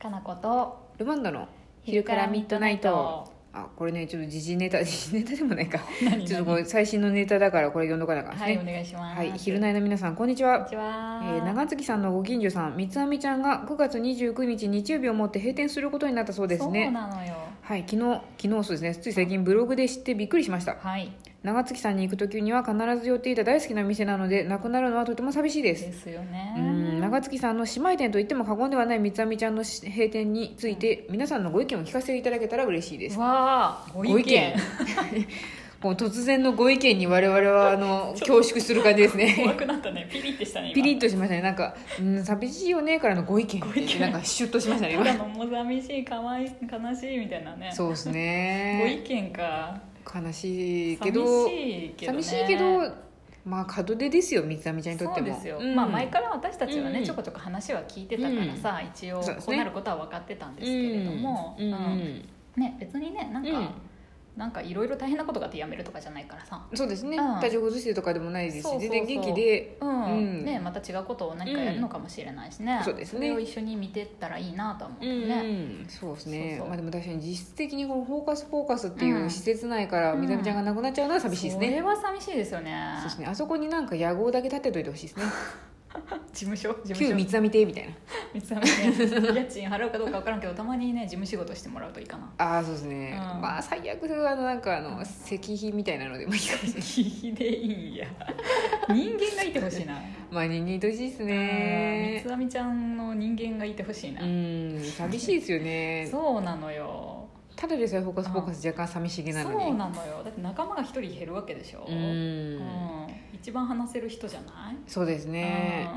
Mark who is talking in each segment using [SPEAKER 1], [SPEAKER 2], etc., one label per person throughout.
[SPEAKER 1] かなこと
[SPEAKER 2] ルマンドの昼からミッドナイトあこれねちょっと時事ネタ 時事ネタでもないか
[SPEAKER 1] 何
[SPEAKER 2] ちょ
[SPEAKER 1] 何
[SPEAKER 2] っとこれ最新のネタだからこれ読んどかなあかんです
[SPEAKER 1] はいお
[SPEAKER 2] ね
[SPEAKER 1] 願いします
[SPEAKER 2] はい、昼
[SPEAKER 1] こ
[SPEAKER 2] 内の皆さんこんにち
[SPEAKER 1] んに
[SPEAKER 2] は
[SPEAKER 1] ちは
[SPEAKER 2] え、ー長月さんのご近所さん三つ編みちゃんが9月29日日曜日をもって閉店することになったそうです
[SPEAKER 1] そう
[SPEAKER 2] ね
[SPEAKER 1] なのよ
[SPEAKER 2] はい昨日昨日そうですねつい最近ブログで知ってびっくりしました
[SPEAKER 1] はい
[SPEAKER 2] 長月さんに行く時には必ず寄っていた大好きな店なのでなくなるのはとても寂しいです
[SPEAKER 1] ですよ
[SPEAKER 2] う
[SPEAKER 1] ね
[SPEAKER 2] ん長月さんの姉妹店といっても過言ではない三つ編みちゃんの閉店について皆さんのご意見を聞かせていただけたら嬉しいです
[SPEAKER 1] わあご意見
[SPEAKER 2] この突然のご意見に我々はあの
[SPEAKER 1] ちょっと
[SPEAKER 2] 恐縮する感じです
[SPEAKER 1] 怖
[SPEAKER 2] ね
[SPEAKER 1] くなったねピリってしたね今
[SPEAKER 2] ピリッとしましたねなんか「うん寂しいよね」からのご意見ってなんかシュッとしましたね
[SPEAKER 1] ただ
[SPEAKER 2] 今
[SPEAKER 1] のもう寂しいかわい悲しいみたいなね
[SPEAKER 2] そうです
[SPEAKER 1] ご意
[SPEAKER 2] ね
[SPEAKER 1] 見か
[SPEAKER 2] 悲しいけ
[SPEAKER 1] 寂
[SPEAKER 2] ど
[SPEAKER 1] しいけどね
[SPEAKER 2] 寂しいけどまあ門出ですよ三つ編みちゃんにとって
[SPEAKER 1] そう
[SPEAKER 2] も
[SPEAKER 1] ですよ、
[SPEAKER 2] ん
[SPEAKER 1] まあ前から私たちはね、
[SPEAKER 2] うん
[SPEAKER 1] ちょこちょこ話は聞いてたからさ、一応
[SPEAKER 2] そうですね
[SPEAKER 1] こうなることは分かってたんですけれども、
[SPEAKER 2] うんうん
[SPEAKER 1] うんね別にねなんか、
[SPEAKER 2] うん
[SPEAKER 1] なんかいろいろ大変なことがあってやめるとかじゃないからさ、
[SPEAKER 2] そうですね、
[SPEAKER 1] うん
[SPEAKER 2] 体調崩してとかでもないですし
[SPEAKER 1] そうそうそう
[SPEAKER 2] 全然元気で
[SPEAKER 1] うん
[SPEAKER 2] うん
[SPEAKER 1] ねまた違うことを何かやるのかもしれないしね、
[SPEAKER 2] うんそうですね
[SPEAKER 1] れを一緒に見てったらいいなとは思う
[SPEAKER 2] う
[SPEAKER 1] けど
[SPEAKER 2] ん、
[SPEAKER 1] ね、
[SPEAKER 2] そうですね
[SPEAKER 1] そうそう
[SPEAKER 2] まあでも確かに実質的にこの「フォーカスフォーカス」っていうんう施設内から
[SPEAKER 1] うん
[SPEAKER 2] みなみちゃんが亡くなっちゃうのは寂しいです
[SPEAKER 1] それ
[SPEAKER 2] ね、
[SPEAKER 1] は寂しいですよね
[SPEAKER 2] そうですねあそこになんか野号だけ立てといてほしいです ね
[SPEAKER 1] 事務所事
[SPEAKER 2] 旧
[SPEAKER 1] 務所
[SPEAKER 2] 三つ編み亭みたいな
[SPEAKER 1] 三つ編みね家賃払うかどうか分からんけどたまにね事務仕事してもらうといいか な
[SPEAKER 2] ああそうですね、
[SPEAKER 1] うん
[SPEAKER 2] まあ最悪あのなんかあ
[SPEAKER 1] うん
[SPEAKER 2] の石碑みたいなのでもい いかもしれ
[SPEAKER 1] いい
[SPEAKER 2] ない
[SPEAKER 1] でいいや人間がいてほしいな
[SPEAKER 2] まあ人間としいです
[SPEAKER 1] ね
[SPEAKER 2] ね
[SPEAKER 1] 三つ編みちゃんの人間がいてほしいな、
[SPEAKER 2] うん寂しいですよね
[SPEAKER 1] そうなのよ
[SPEAKER 2] ただでさえ「フォーカスフォーカス」若干寂しげなのに
[SPEAKER 1] そうなのよだって仲間が一人減るわけでしょ、
[SPEAKER 2] うん
[SPEAKER 1] うん一番話せる人じゃない
[SPEAKER 2] そうですね、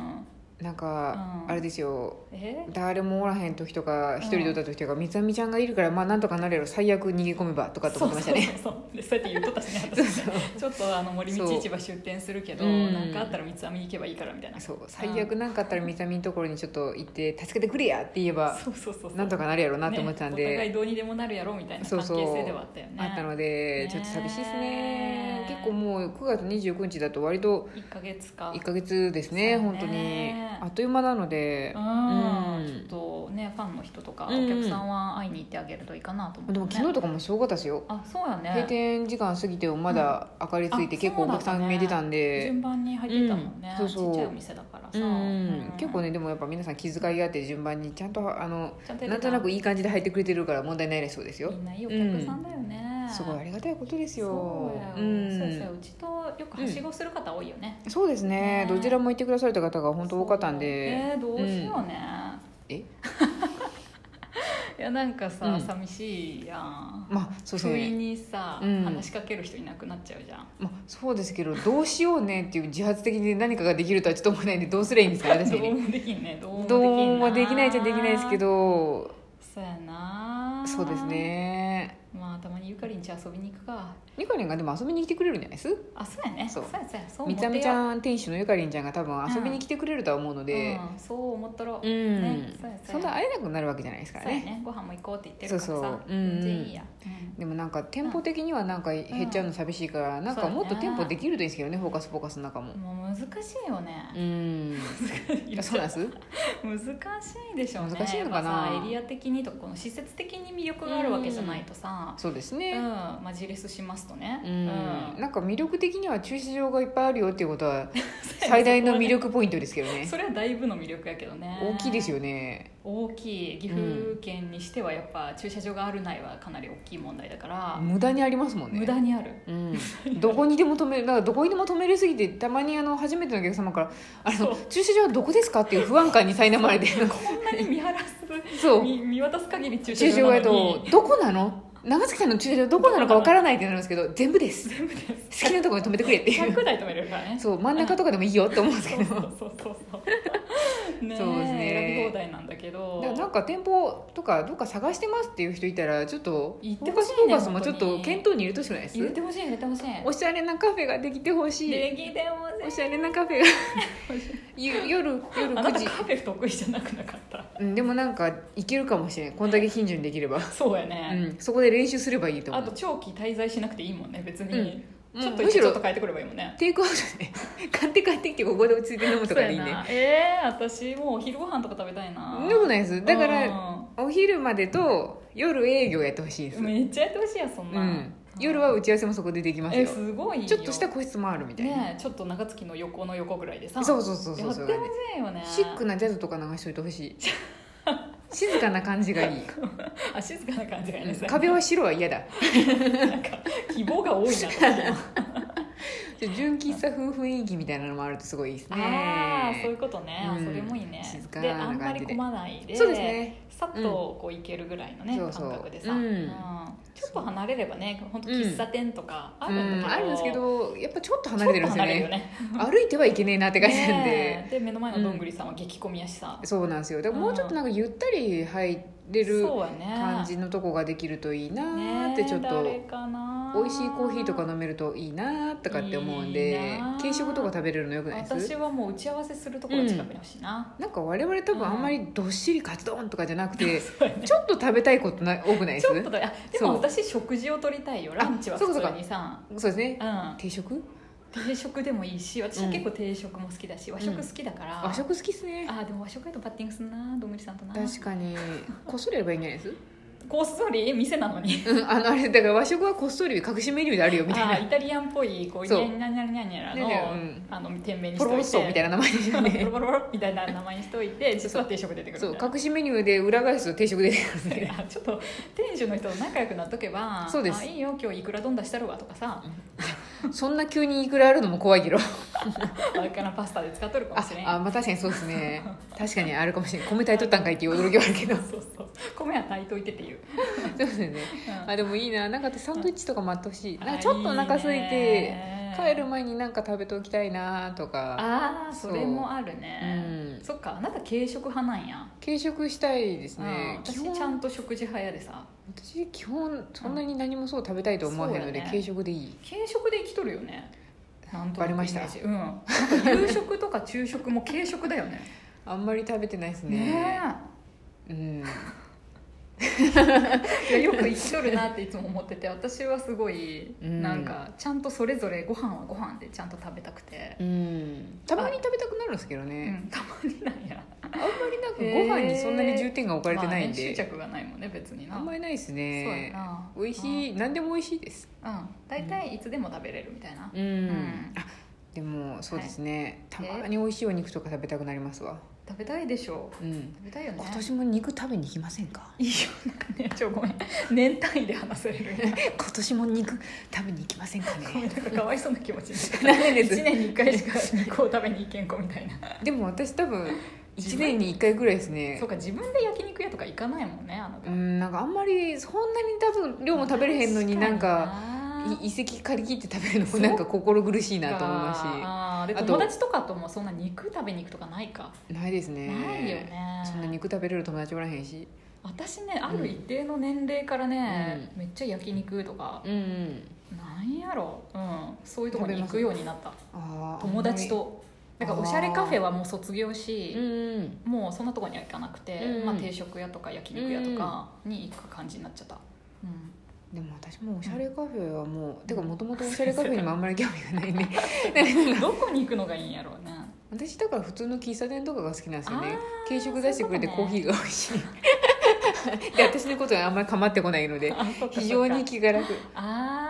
[SPEAKER 2] なんか、
[SPEAKER 1] うん
[SPEAKER 2] あれですよ
[SPEAKER 1] うんえ
[SPEAKER 2] 誰もおらへん時とか一
[SPEAKER 1] うん
[SPEAKER 2] 人でおった時とか、みつあみちゃんがいるからまあなんとかなれる最悪逃げ込めばとかと思ってました
[SPEAKER 1] そうそう
[SPEAKER 2] ね
[SPEAKER 1] そうそうでそうやって言っとったしね私 ねちょっとあの森道市場出店するけど、
[SPEAKER 2] うん
[SPEAKER 1] なんかあったら三つ編みに行けばいいからみたいなそ
[SPEAKER 2] そう 最悪なんかあったらみつあみのところにちょっと行って助けてくれやって言えば
[SPEAKER 1] うそうそうそう
[SPEAKER 2] なんとかなるやろうなと思ってたんで、
[SPEAKER 1] ねお互いどうにでもなるやろみたいな関係性ではあったよね
[SPEAKER 2] あったので
[SPEAKER 1] ね
[SPEAKER 2] ちょっと寂しいですね
[SPEAKER 1] ね
[SPEAKER 2] 結構もう9月29日だと割と
[SPEAKER 1] 1か月か
[SPEAKER 2] 1か月ですね
[SPEAKER 1] そうね
[SPEAKER 2] 本当にあっという間なので、
[SPEAKER 1] うん
[SPEAKER 2] うん
[SPEAKER 1] ちょっとねファンの人とか
[SPEAKER 2] うん
[SPEAKER 1] お客さんは会いに行ってあげるといいかなと思って、
[SPEAKER 2] で
[SPEAKER 1] ね
[SPEAKER 2] も昨日とかもすごかったですよ
[SPEAKER 1] あそうやね
[SPEAKER 2] 閉店時間過ぎてもまだ明かりついて
[SPEAKER 1] うん
[SPEAKER 2] 結構お客さん見えてたんで、
[SPEAKER 1] 順番に入ってたもんね、
[SPEAKER 2] うんそうそう
[SPEAKER 1] ちっちゃいお店だからさ、
[SPEAKER 2] うん
[SPEAKER 1] うん
[SPEAKER 2] 結構ねでもやっぱ皆さん気遣いがあって順番にちゃんとあの
[SPEAKER 1] ちゃんとや
[SPEAKER 2] な
[SPEAKER 1] っ
[SPEAKER 2] ん
[SPEAKER 1] てた
[SPEAKER 2] となくいい感じで入ってくれてるから問題ないそうですよ
[SPEAKER 1] みんないいお客さんだよね、
[SPEAKER 2] すごいあ
[SPEAKER 1] で
[SPEAKER 2] りがたいことですよ
[SPEAKER 1] そう
[SPEAKER 2] う
[SPEAKER 1] やよ、
[SPEAKER 2] ん
[SPEAKER 1] そうそううちとよくはしごする方多いよね、
[SPEAKER 2] そうです
[SPEAKER 1] ね
[SPEAKER 2] ねどちらも行ってくだされた方が本当多かったん
[SPEAKER 1] そう
[SPEAKER 2] で
[SPEAKER 1] えーどうしようね、
[SPEAKER 2] うん え
[SPEAKER 1] いやなんかさ、
[SPEAKER 2] うん
[SPEAKER 1] 寂しいやん
[SPEAKER 2] まあそうです
[SPEAKER 1] 不意
[SPEAKER 2] ね
[SPEAKER 1] にさ、
[SPEAKER 2] うん
[SPEAKER 1] 話しかける人いなくなっちゃうじゃん
[SPEAKER 2] まあそうですけどどうしようねっていう自発的に何かができるとはちょっと思えないんでどうすりゃいいんですか私
[SPEAKER 1] どう
[SPEAKER 2] に
[SPEAKER 1] もできんねどうもできんな
[SPEAKER 2] どうもできないじゃできないですけど
[SPEAKER 1] そうやな
[SPEAKER 2] そうですね
[SPEAKER 1] まあたまにゆかりんち遊びに行くか
[SPEAKER 2] ニコリンがでも遊びに来てくれるんじゃないです
[SPEAKER 1] あそうやねそ
[SPEAKER 2] そうう
[SPEAKER 1] やそうやそう
[SPEAKER 2] み
[SPEAKER 1] 思
[SPEAKER 2] ちゃ
[SPEAKER 1] って
[SPEAKER 2] みち
[SPEAKER 1] や
[SPEAKER 2] ゃん店主のゆかりんちゃんが多分遊びに来てくれるとは思うので、
[SPEAKER 1] うん、そう思ったろ、
[SPEAKER 2] うん
[SPEAKER 1] ねそうやそうや
[SPEAKER 2] そんな会えなくなるわけじゃないですから
[SPEAKER 1] そうや
[SPEAKER 2] ね
[SPEAKER 1] ねご飯も行こうって言ってるからさ
[SPEAKER 2] そうそうう
[SPEAKER 1] 全
[SPEAKER 2] ん
[SPEAKER 1] 然いいや、
[SPEAKER 2] でもなんか店舗的にはなんか減っちゃうの寂しいから、なんかもっと店舗できるといいんですけどね「フォーカスフォーカス」の中も
[SPEAKER 1] もう難しいよね
[SPEAKER 2] う、んそうなんです
[SPEAKER 1] 難しいでしょうね
[SPEAKER 2] 難しいのかな
[SPEAKER 1] やっぱさエリア的にとかこの施設的に魅力があるわけじゃないとさ、
[SPEAKER 2] そうです
[SPEAKER 1] うん
[SPEAKER 2] ね
[SPEAKER 1] マジレスしますとね
[SPEAKER 2] うん、
[SPEAKER 1] うん
[SPEAKER 2] なんか魅力的には駐車場がいっぱいあるよっていうことは最大の魅力ポイントですけどね
[SPEAKER 1] それはだいぶの魅力やけどね
[SPEAKER 2] 大きいですよね
[SPEAKER 1] 大きい岐阜県にしてはやっぱ駐車場があるないはかなり大きい問題だから、
[SPEAKER 2] 無駄にありますもんね
[SPEAKER 1] 無駄にある
[SPEAKER 2] うん、どこにでも止めるだからどこにでも止めれすぎてたまにあの初めてのお客様から「あ
[SPEAKER 1] そ
[SPEAKER 2] の駐車場はどこですか?」っていう不安感に苛まれて
[SPEAKER 1] こんなに見晴らす
[SPEAKER 2] そう
[SPEAKER 1] 見見渡す限り駐
[SPEAKER 2] 駐
[SPEAKER 1] 車
[SPEAKER 2] 車場
[SPEAKER 1] 場
[SPEAKER 2] や
[SPEAKER 1] なの
[SPEAKER 2] と
[SPEAKER 1] に
[SPEAKER 2] 「どこなの長崎さんの駐車場どこなのかわからない」ってなるんですけど「全部です」
[SPEAKER 1] 全部です
[SPEAKER 2] 好きなところに止めてくれっていう
[SPEAKER 1] 100台止めれるからね
[SPEAKER 2] そう真ん中とかでもいいよって思うんです
[SPEAKER 1] そ
[SPEAKER 2] け
[SPEAKER 1] うそ
[SPEAKER 2] どだか
[SPEAKER 1] うそうそうそうねえ
[SPEAKER 2] そうですね
[SPEAKER 1] 選び放題なんだけど
[SPEAKER 2] らなんか店舗とかどっか探してますっていう人いたらちょっと
[SPEAKER 1] 行って
[SPEAKER 2] フォ
[SPEAKER 1] ほ
[SPEAKER 2] ーカ
[SPEAKER 1] しいね
[SPEAKER 2] スフォーカスもちょ
[SPEAKER 1] 本
[SPEAKER 2] っ
[SPEAKER 1] 当
[SPEAKER 2] と
[SPEAKER 1] に
[SPEAKER 2] 検討に入れてほしくないで
[SPEAKER 1] 入れ
[SPEAKER 2] す
[SPEAKER 1] てほしい入れてほしい
[SPEAKER 2] おしゃれなカフェができてほしい
[SPEAKER 1] できてほ
[SPEAKER 2] お
[SPEAKER 1] しい
[SPEAKER 2] しゃれなカフェがゆ夜夜
[SPEAKER 1] あな
[SPEAKER 2] 9
[SPEAKER 1] た
[SPEAKER 2] 時
[SPEAKER 1] カフェ得意じゃなくなかった
[SPEAKER 2] うん、でもなんかいけるかもしれないこんだけ近所にできれば、
[SPEAKER 1] そうや
[SPEAKER 2] う
[SPEAKER 1] ね、
[SPEAKER 2] ん、そこで練習すればいいと
[SPEAKER 1] あ
[SPEAKER 2] 思
[SPEAKER 1] と
[SPEAKER 2] う
[SPEAKER 1] 長期滞在しなくていいもんね別に、
[SPEAKER 2] うん
[SPEAKER 1] ちょっと
[SPEAKER 2] むし
[SPEAKER 1] ち
[SPEAKER 2] ろ
[SPEAKER 1] ょっと変えてくればいいもんね
[SPEAKER 2] テイクアウトで買って帰ってきてここで落ち着いて飲むとかでいい
[SPEAKER 1] そうや
[SPEAKER 2] ね
[SPEAKER 1] なえー、私もうお昼ご飯とか食べたいな
[SPEAKER 2] でもないですだか
[SPEAKER 1] う
[SPEAKER 2] ら
[SPEAKER 1] ん
[SPEAKER 2] お昼までと夜営業やってほしいです、
[SPEAKER 1] めっちゃやってほしいやそん
[SPEAKER 2] う
[SPEAKER 1] な、
[SPEAKER 2] ん、夜は打ち合わせもそこでできます
[SPEAKER 1] え
[SPEAKER 2] よ
[SPEAKER 1] すごいよ
[SPEAKER 2] ちょっとした個室もあるみたいな、
[SPEAKER 1] ねえちょっと中月の横の横ぐらいでさ
[SPEAKER 2] そうそうそうそうそ
[SPEAKER 1] や
[SPEAKER 2] う
[SPEAKER 1] ってほしいよね
[SPEAKER 2] シック
[SPEAKER 1] な
[SPEAKER 2] なジャズとか流しといて ほしい静かな感じがいい、
[SPEAKER 1] あ静かな感じがいいです
[SPEAKER 2] うん
[SPEAKER 1] ね
[SPEAKER 2] 壁は白は嫌だ
[SPEAKER 1] なんか希望が多いなと思って
[SPEAKER 2] じゃあ純喫茶風雰囲気みたいなのもあるとすごいいいですね
[SPEAKER 1] ああそういうことね、あ
[SPEAKER 2] うん
[SPEAKER 1] それもいいね
[SPEAKER 2] 静かな
[SPEAKER 1] で
[SPEAKER 2] 感じで
[SPEAKER 1] あんまり混まないで
[SPEAKER 2] そうですね
[SPEAKER 1] さっとこう行けるぐらいのね、
[SPEAKER 2] そうそう
[SPEAKER 1] 感覚でさ、
[SPEAKER 2] うん
[SPEAKER 1] ちょっと離れればね本当喫茶店とかあ
[SPEAKER 2] う
[SPEAKER 1] るん
[SPEAKER 2] ん
[SPEAKER 1] だけど、
[SPEAKER 2] あるんですけどやっぱちょっと離れてるんですよね
[SPEAKER 1] ちょっと離れるよね
[SPEAKER 2] 歩いてはいけねえなって感じなんで、
[SPEAKER 1] ねえで目の前のどんぐりさんは激混みやしさ、
[SPEAKER 2] そうなんですよだからもうちょっとなんかゆったり入れる
[SPEAKER 1] そうやね
[SPEAKER 2] 感じのとこができるといいなーってちょっ
[SPEAKER 1] ねえ誰
[SPEAKER 2] と
[SPEAKER 1] かな
[SPEAKER 2] 美味しいコーヒーとか飲めるといいなーとかって思うん
[SPEAKER 1] いい
[SPEAKER 2] で
[SPEAKER 1] なー
[SPEAKER 2] 軽食とか食べれるのよくないです
[SPEAKER 1] 私はもう打ち合わせするところが近くに欲しいな、
[SPEAKER 2] なんか我々多分あんまりどっしりカツ丼とかじゃなくて
[SPEAKER 1] そうやね
[SPEAKER 2] ちょっと食べたいことな多くないで
[SPEAKER 1] ち
[SPEAKER 2] す
[SPEAKER 1] ょっとだあで
[SPEAKER 2] そ
[SPEAKER 1] も
[SPEAKER 2] う
[SPEAKER 1] 私食事を取りたいよランチは
[SPEAKER 2] あそう
[SPEAKER 1] 普
[SPEAKER 2] かそうか
[SPEAKER 1] 通にさ
[SPEAKER 2] そうですね
[SPEAKER 1] うん
[SPEAKER 2] 定食
[SPEAKER 1] 定食でもいいし私
[SPEAKER 2] うん
[SPEAKER 1] 結構定食も好きだし、和食好きだから、
[SPEAKER 2] 和食好きっすね
[SPEAKER 1] あーでも和食やとパッティングすんなどんぐりさんとな
[SPEAKER 2] 確かにこっそりやればいいんじゃないです
[SPEAKER 1] こっそり店なのに
[SPEAKER 2] うんあのあれだから和食はこっそり隠しメニューであるよみた い
[SPEAKER 1] あ
[SPEAKER 2] な
[SPEAKER 1] ーイタリアンっぽいこう
[SPEAKER 2] そう
[SPEAKER 1] ニャニャニャニャニャ
[SPEAKER 2] ね
[SPEAKER 1] の,、
[SPEAKER 2] ね
[SPEAKER 1] あの店名にし
[SPEAKER 2] ポロ
[SPEAKER 1] と
[SPEAKER 2] ロ
[SPEAKER 1] い
[SPEAKER 2] ッソ
[SPEAKER 1] て
[SPEAKER 2] みたいな名前ですよ
[SPEAKER 1] ポ
[SPEAKER 2] ね
[SPEAKER 1] ロポロポロみたいな名前にしといて
[SPEAKER 2] そう
[SPEAKER 1] 実は定食出てくる
[SPEAKER 2] そ
[SPEAKER 1] み
[SPEAKER 2] う
[SPEAKER 1] たいな
[SPEAKER 2] 隠しメニューで裏返すと定食出てくるん で
[SPEAKER 1] あちょっと店主の人と仲良くなっとけば
[SPEAKER 2] そうです
[SPEAKER 1] あいいよ今日いくら丼出したるわとかさ
[SPEAKER 2] そんな急にいくらあるのも怖いけど
[SPEAKER 1] あれからパスタで使っとるかも
[SPEAKER 2] あ
[SPEAKER 1] しれん
[SPEAKER 2] あ、まあ、確かにそうで すね確かにあるかもしれない米炊いとったんかいっていう驚きはあるけど
[SPEAKER 1] そうそう米は炊いといてっていう、
[SPEAKER 2] そうですね
[SPEAKER 1] うん
[SPEAKER 2] あでもいいななんかあとサンドイッチとかもあってほしいなんかちょっとお腹空い
[SPEAKER 1] あいい
[SPEAKER 2] て
[SPEAKER 1] ね
[SPEAKER 2] 帰る前になんか食べておきたいなとか
[SPEAKER 1] ああそ
[SPEAKER 2] そ
[SPEAKER 1] うれもあるね、
[SPEAKER 2] うん
[SPEAKER 1] そっかあなた軽食派なんや、
[SPEAKER 2] 軽食したいですね
[SPEAKER 1] うん
[SPEAKER 2] 基
[SPEAKER 1] 私
[SPEAKER 2] 本
[SPEAKER 1] ちゃんと食事派やでさ
[SPEAKER 2] 私基本そんなに何もそう食べたいと思わへんの
[SPEAKER 1] そ
[SPEAKER 2] で、
[SPEAKER 1] うやね
[SPEAKER 2] 軽食でいい
[SPEAKER 1] 軽食で生きとるよねなんと
[SPEAKER 2] バ
[SPEAKER 1] な
[SPEAKER 2] レ
[SPEAKER 1] く
[SPEAKER 2] ました
[SPEAKER 1] イメージうん、なんか夕食とか昼食も軽食だよ ね
[SPEAKER 2] あんまり食べてないですね
[SPEAKER 1] ね
[SPEAKER 2] う
[SPEAKER 1] え
[SPEAKER 2] ん
[SPEAKER 1] いやよく生きとるなっていつも思ってて私はすごい
[SPEAKER 2] うん
[SPEAKER 1] なんかちゃんとそれぞれご飯はご飯でちゃんと食べたくて、
[SPEAKER 2] うんたまに食べたくなるんですけど
[SPEAKER 1] う
[SPEAKER 2] ね、
[SPEAKER 1] ん、たまになんや
[SPEAKER 2] あんまりなんかご飯にそんなに重点が置かれてないん
[SPEAKER 1] まあね執
[SPEAKER 2] で、
[SPEAKER 1] 着がないもんね別にな
[SPEAKER 2] あ、んまりないです
[SPEAKER 1] そうや
[SPEAKER 2] ね
[SPEAKER 1] な
[SPEAKER 2] 美味しい何でも美味しいです
[SPEAKER 1] うんうん大体いつでも食べれるみたいな、
[SPEAKER 2] うん、
[SPEAKER 1] ん
[SPEAKER 2] あでもそうですね、
[SPEAKER 1] はい
[SPEAKER 2] たまに美味しいお肉とか食べたくなりますわ
[SPEAKER 1] 食べたいでしょ
[SPEAKER 2] うん
[SPEAKER 1] 食べたいよね
[SPEAKER 2] 今年も肉食べに行きませんか
[SPEAKER 1] いいよなんかねちょごめん年単位で話せる
[SPEAKER 2] 今年も肉食べに行きませんか
[SPEAKER 1] ごめん
[SPEAKER 2] ね
[SPEAKER 1] なんかかわいそうな気持ちにな
[SPEAKER 2] ダメ
[SPEAKER 1] る
[SPEAKER 2] です
[SPEAKER 1] 1年に1回しか肉を食べに行けん子みたいな
[SPEAKER 2] でも私多分1年に1回ぐらいですね
[SPEAKER 1] そうか自分で焼肉屋とか行かないもんねあの
[SPEAKER 2] う、ん、なんかあんまりそんなに多分量も食べれへんのになんかい遺跡借り切って食べるのもなんか心苦しいなと思いま
[SPEAKER 1] あーで
[SPEAKER 2] あと
[SPEAKER 1] 友達とかともそんな肉食べに行くとかないか、
[SPEAKER 2] すしないですね
[SPEAKER 1] ないよね
[SPEAKER 2] そんな肉食べれる友達おらへんし
[SPEAKER 1] 私ねある一定の年齢からね、めっちゃ焼肉とか
[SPEAKER 2] うん、うん、
[SPEAKER 1] なんやろ、うん、そういうとこに行くようになった
[SPEAKER 2] あー
[SPEAKER 1] 友達と
[SPEAKER 2] あんまり
[SPEAKER 1] なんかおしゃれカフェはもう卒業し
[SPEAKER 2] あんまり、うん
[SPEAKER 1] もうそんなとこには行かなくて、
[SPEAKER 2] うん
[SPEAKER 1] まあ、定食屋とか焼肉屋とかに行く感じになっちゃった、うん
[SPEAKER 2] でも私もおしゃれカフェはもうてかもともとおしゃれカフェにもあんまり興味がな いねなんか
[SPEAKER 1] どこに行くのがいいんやろうね
[SPEAKER 2] 私だから普通の喫茶店とかが好きなんですよね
[SPEAKER 1] あー
[SPEAKER 2] 軽食出してくれて
[SPEAKER 1] そういう
[SPEAKER 2] コ
[SPEAKER 1] こ
[SPEAKER 2] ー
[SPEAKER 1] とね
[SPEAKER 2] ヒーが美味しい で私のことはあんまり構ってこないので
[SPEAKER 1] あ そっかそっか
[SPEAKER 2] 非常に気が楽
[SPEAKER 1] あ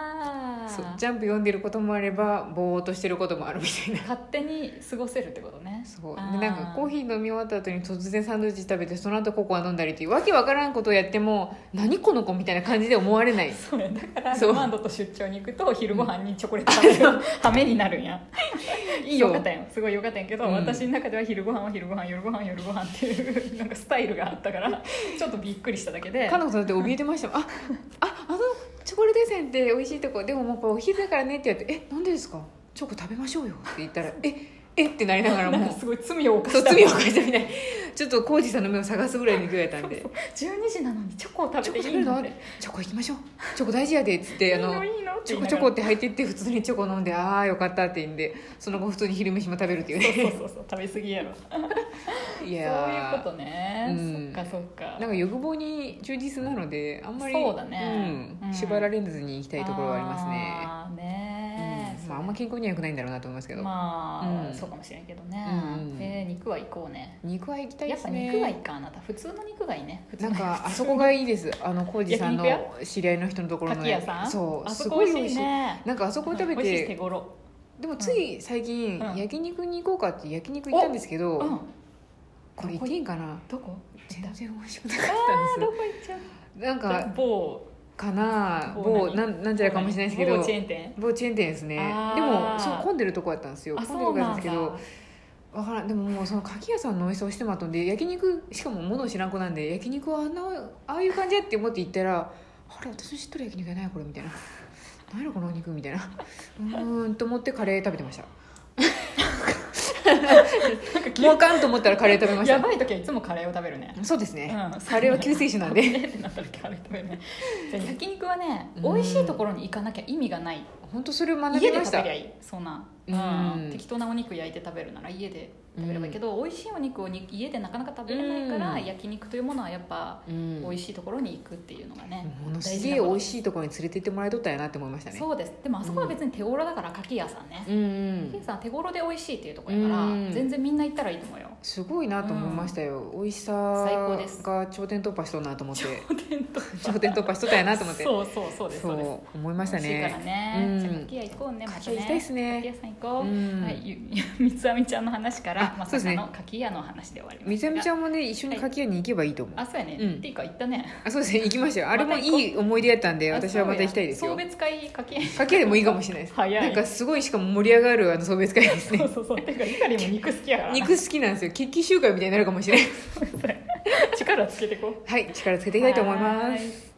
[SPEAKER 2] そう
[SPEAKER 1] あ
[SPEAKER 2] ジャンプ読んでることもあればぼーっとしてることもある みたいな
[SPEAKER 1] 勝手に過ごせるってことね
[SPEAKER 2] そう
[SPEAKER 1] あ
[SPEAKER 2] でなんかコーヒー飲み終わった後に突然サンドイッチ食べてその後ココア飲んだりっていうわけわからんことをやっても何この子みたいな感じで思われない
[SPEAKER 1] そうやだから
[SPEAKER 2] そう
[SPEAKER 1] ルマンドと出張に行くと昼ご飯にチョコレート食べ るためになるんや いいよかったんよすごいよかったんやけど、
[SPEAKER 2] うん
[SPEAKER 1] 私の中では昼ご飯は昼ご飯夜ご飯夜ご飯っていうなんかスタイルがあった からちょっとびっくりしただけで
[SPEAKER 2] かのこさんって怯え てましたもんあああのチョコレート屋さんって美味しいとこでももうこれお昼だからねって言われて「えなんでですかチョコ食べましょうよ」って 言ったら「ええっ?」てなりながら
[SPEAKER 1] なん
[SPEAKER 2] も
[SPEAKER 1] か
[SPEAKER 2] う
[SPEAKER 1] すごい罪を犯
[SPEAKER 2] そう
[SPEAKER 1] した
[SPEAKER 2] 罪を犯したみたいちょっと浩二さんの目を探すぐらいの勢いやったんで
[SPEAKER 1] 12時なのにチョコを
[SPEAKER 2] 「チ
[SPEAKER 1] 食
[SPEAKER 2] ョコ
[SPEAKER 1] べて
[SPEAKER 2] 食
[SPEAKER 1] いい
[SPEAKER 2] べる
[SPEAKER 1] のっ
[SPEAKER 2] の
[SPEAKER 1] て
[SPEAKER 2] チョコ行きましょうチョコ大事やで」っつってあの
[SPEAKER 1] いいのいいの
[SPEAKER 2] チョコチョコっ
[SPEAKER 1] って
[SPEAKER 2] て入ってって普通にチョコ飲んで「ああよかった」って言うんでその後普通に昼飯も食べるっていう
[SPEAKER 1] 言いながら
[SPEAKER 2] ね
[SPEAKER 1] そうそうそうそう食べ過ぎやろ
[SPEAKER 2] い
[SPEAKER 1] そういう
[SPEAKER 2] や
[SPEAKER 1] ことね、
[SPEAKER 2] うん
[SPEAKER 1] そっかそっか
[SPEAKER 2] ーなんか欲望に忠実なのであんまり
[SPEAKER 1] そうだね
[SPEAKER 2] うん
[SPEAKER 1] うん
[SPEAKER 2] 縛られずに行きたいところはありますね
[SPEAKER 1] あーね
[SPEAKER 2] うん
[SPEAKER 1] え
[SPEAKER 2] まあ、あんま健康には良くないんだろうなと思いますけど、
[SPEAKER 1] まあ、
[SPEAKER 2] うん
[SPEAKER 1] そうかもしれんけどね、
[SPEAKER 2] うんうん
[SPEAKER 1] えー肉は行こうね
[SPEAKER 2] 肉は行きたい
[SPEAKER 1] や
[SPEAKER 2] で
[SPEAKER 1] っぱ
[SPEAKER 2] すね
[SPEAKER 1] 肉がいいかあなた普通の肉がいいね普通
[SPEAKER 2] な
[SPEAKER 1] の
[SPEAKER 2] んかあそこがいいですあの浩二さんの
[SPEAKER 1] 焼
[SPEAKER 2] 知り合いの人のところの
[SPEAKER 1] かき屋さん
[SPEAKER 2] そう
[SPEAKER 1] あ
[SPEAKER 2] す
[SPEAKER 1] そ
[SPEAKER 2] ご
[SPEAKER 1] こ
[SPEAKER 2] い
[SPEAKER 1] 美
[SPEAKER 2] 美味
[SPEAKER 1] 味
[SPEAKER 2] し
[SPEAKER 1] しい
[SPEAKER 2] い
[SPEAKER 1] ね
[SPEAKER 2] なんかあそこを食べ
[SPEAKER 1] 美味しい手
[SPEAKER 2] て
[SPEAKER 1] ごろ
[SPEAKER 2] でもつい最近
[SPEAKER 1] うん
[SPEAKER 2] 焼肉に行こうかって焼肉行ったんですけど、
[SPEAKER 1] うん
[SPEAKER 2] これ行っていいんかな
[SPEAKER 1] どこ
[SPEAKER 2] 全
[SPEAKER 1] あ
[SPEAKER 2] 然美味しくなかったん
[SPEAKER 1] ー
[SPEAKER 2] で
[SPEAKER 1] どこ行っちゃ
[SPEAKER 2] すなん
[SPEAKER 1] う
[SPEAKER 2] か
[SPEAKER 1] 某
[SPEAKER 2] かな
[SPEAKER 1] 某
[SPEAKER 2] 某
[SPEAKER 1] 何
[SPEAKER 2] なんなんちゃらかもしれないですけど
[SPEAKER 1] 某チェーン店
[SPEAKER 2] 某チェーン店ですね
[SPEAKER 1] あー
[SPEAKER 2] でもそう混んでるとこやったんですよ
[SPEAKER 1] あ
[SPEAKER 2] 混んで
[SPEAKER 1] そ
[SPEAKER 2] る
[SPEAKER 1] う
[SPEAKER 2] とこやった
[SPEAKER 1] なんん
[SPEAKER 2] です
[SPEAKER 1] だ
[SPEAKER 2] けどわからんでももうその柿屋さんのおいしさをしてもらったんで焼肉しかも物を知らん子なんで焼肉はあんなああいう感じやって思って行ったらあれ私の知ってる焼肉やないこれみたいな何やろこのお肉みたいなうーんと思ってカレー食べてましたもうかんと思ったらカレー食べまし
[SPEAKER 1] や
[SPEAKER 2] た
[SPEAKER 1] ばい時はいつもカレーを食べるね
[SPEAKER 2] そうですね、
[SPEAKER 1] うん
[SPEAKER 2] カレーは救世主なんで
[SPEAKER 1] えってなった時カレー食べるねじゃあ焼肉はね
[SPEAKER 2] うん
[SPEAKER 1] 美味しいところに行かなきゃ意味がない
[SPEAKER 2] 本当それを学
[SPEAKER 1] 家
[SPEAKER 2] び
[SPEAKER 1] で
[SPEAKER 2] まし
[SPEAKER 1] 食べ
[SPEAKER 2] た
[SPEAKER 1] りゃいいそんな、
[SPEAKER 2] うん
[SPEAKER 1] 適当なお肉焼いて食べるなら家で食べればいいけど、美味しいお肉をに家でなかなか食べれないから、
[SPEAKER 2] うん
[SPEAKER 1] 焼肉というものはやっぱ
[SPEAKER 2] うん
[SPEAKER 1] 美味しいところに行くっていうのがね、
[SPEAKER 2] ものすげえ美
[SPEAKER 1] 大事なこと
[SPEAKER 2] 味しいところに連れて行ってもらえとったんやなって思いましたね
[SPEAKER 1] そうですでもあそこは別に手頃だからかき屋さんね、
[SPEAKER 2] うんうん
[SPEAKER 1] かき屋さんは手頃で美味しいっていうところだから、
[SPEAKER 2] うん
[SPEAKER 1] 全然みんな行ったらいいと思うよ
[SPEAKER 2] すごいなと思いましたよ、美味しさ
[SPEAKER 1] 最高です
[SPEAKER 2] が頂点突破しとんなと思って頂点突破しとったんやなと思って
[SPEAKER 1] そうそうそうです
[SPEAKER 2] そ
[SPEAKER 1] そう
[SPEAKER 2] う
[SPEAKER 1] です
[SPEAKER 2] 思いました
[SPEAKER 1] 美味しいか
[SPEAKER 2] ね
[SPEAKER 1] らね、
[SPEAKER 2] うん
[SPEAKER 1] じゃあかき屋行こうねま
[SPEAKER 2] か
[SPEAKER 1] たね
[SPEAKER 2] き屋行きたいっすね
[SPEAKER 1] かき屋さん行こう、
[SPEAKER 2] うん
[SPEAKER 1] はい、ゆ 三つ編みちゃんの話から
[SPEAKER 2] あ
[SPEAKER 1] ま
[SPEAKER 2] そう
[SPEAKER 1] さ
[SPEAKER 2] ですね
[SPEAKER 1] かのかき屋の話で終わりま
[SPEAKER 2] み
[SPEAKER 1] す
[SPEAKER 2] ちゃ
[SPEAKER 1] が
[SPEAKER 2] みちゃんもね一緒にかき屋に行けばいいと思う、
[SPEAKER 1] あそうやね、
[SPEAKER 2] うん
[SPEAKER 1] っていうか行ったね
[SPEAKER 2] あそうですね行きましたよあれもいい思い出やったんで私はまた行きたいです
[SPEAKER 1] 送
[SPEAKER 2] よ
[SPEAKER 1] 別会かけ
[SPEAKER 2] かき屋でもいいかもしれないです
[SPEAKER 1] 早い
[SPEAKER 2] なんかすごいしかも盛り上がるあの送別会です
[SPEAKER 1] そう
[SPEAKER 2] ね
[SPEAKER 1] そうそうてかゆかりも肉好きやからな
[SPEAKER 2] 肉好きなんですよ決起集会みたいになるかもしれない
[SPEAKER 1] 力つけてこう
[SPEAKER 2] はい力つけていきたいと思います
[SPEAKER 1] す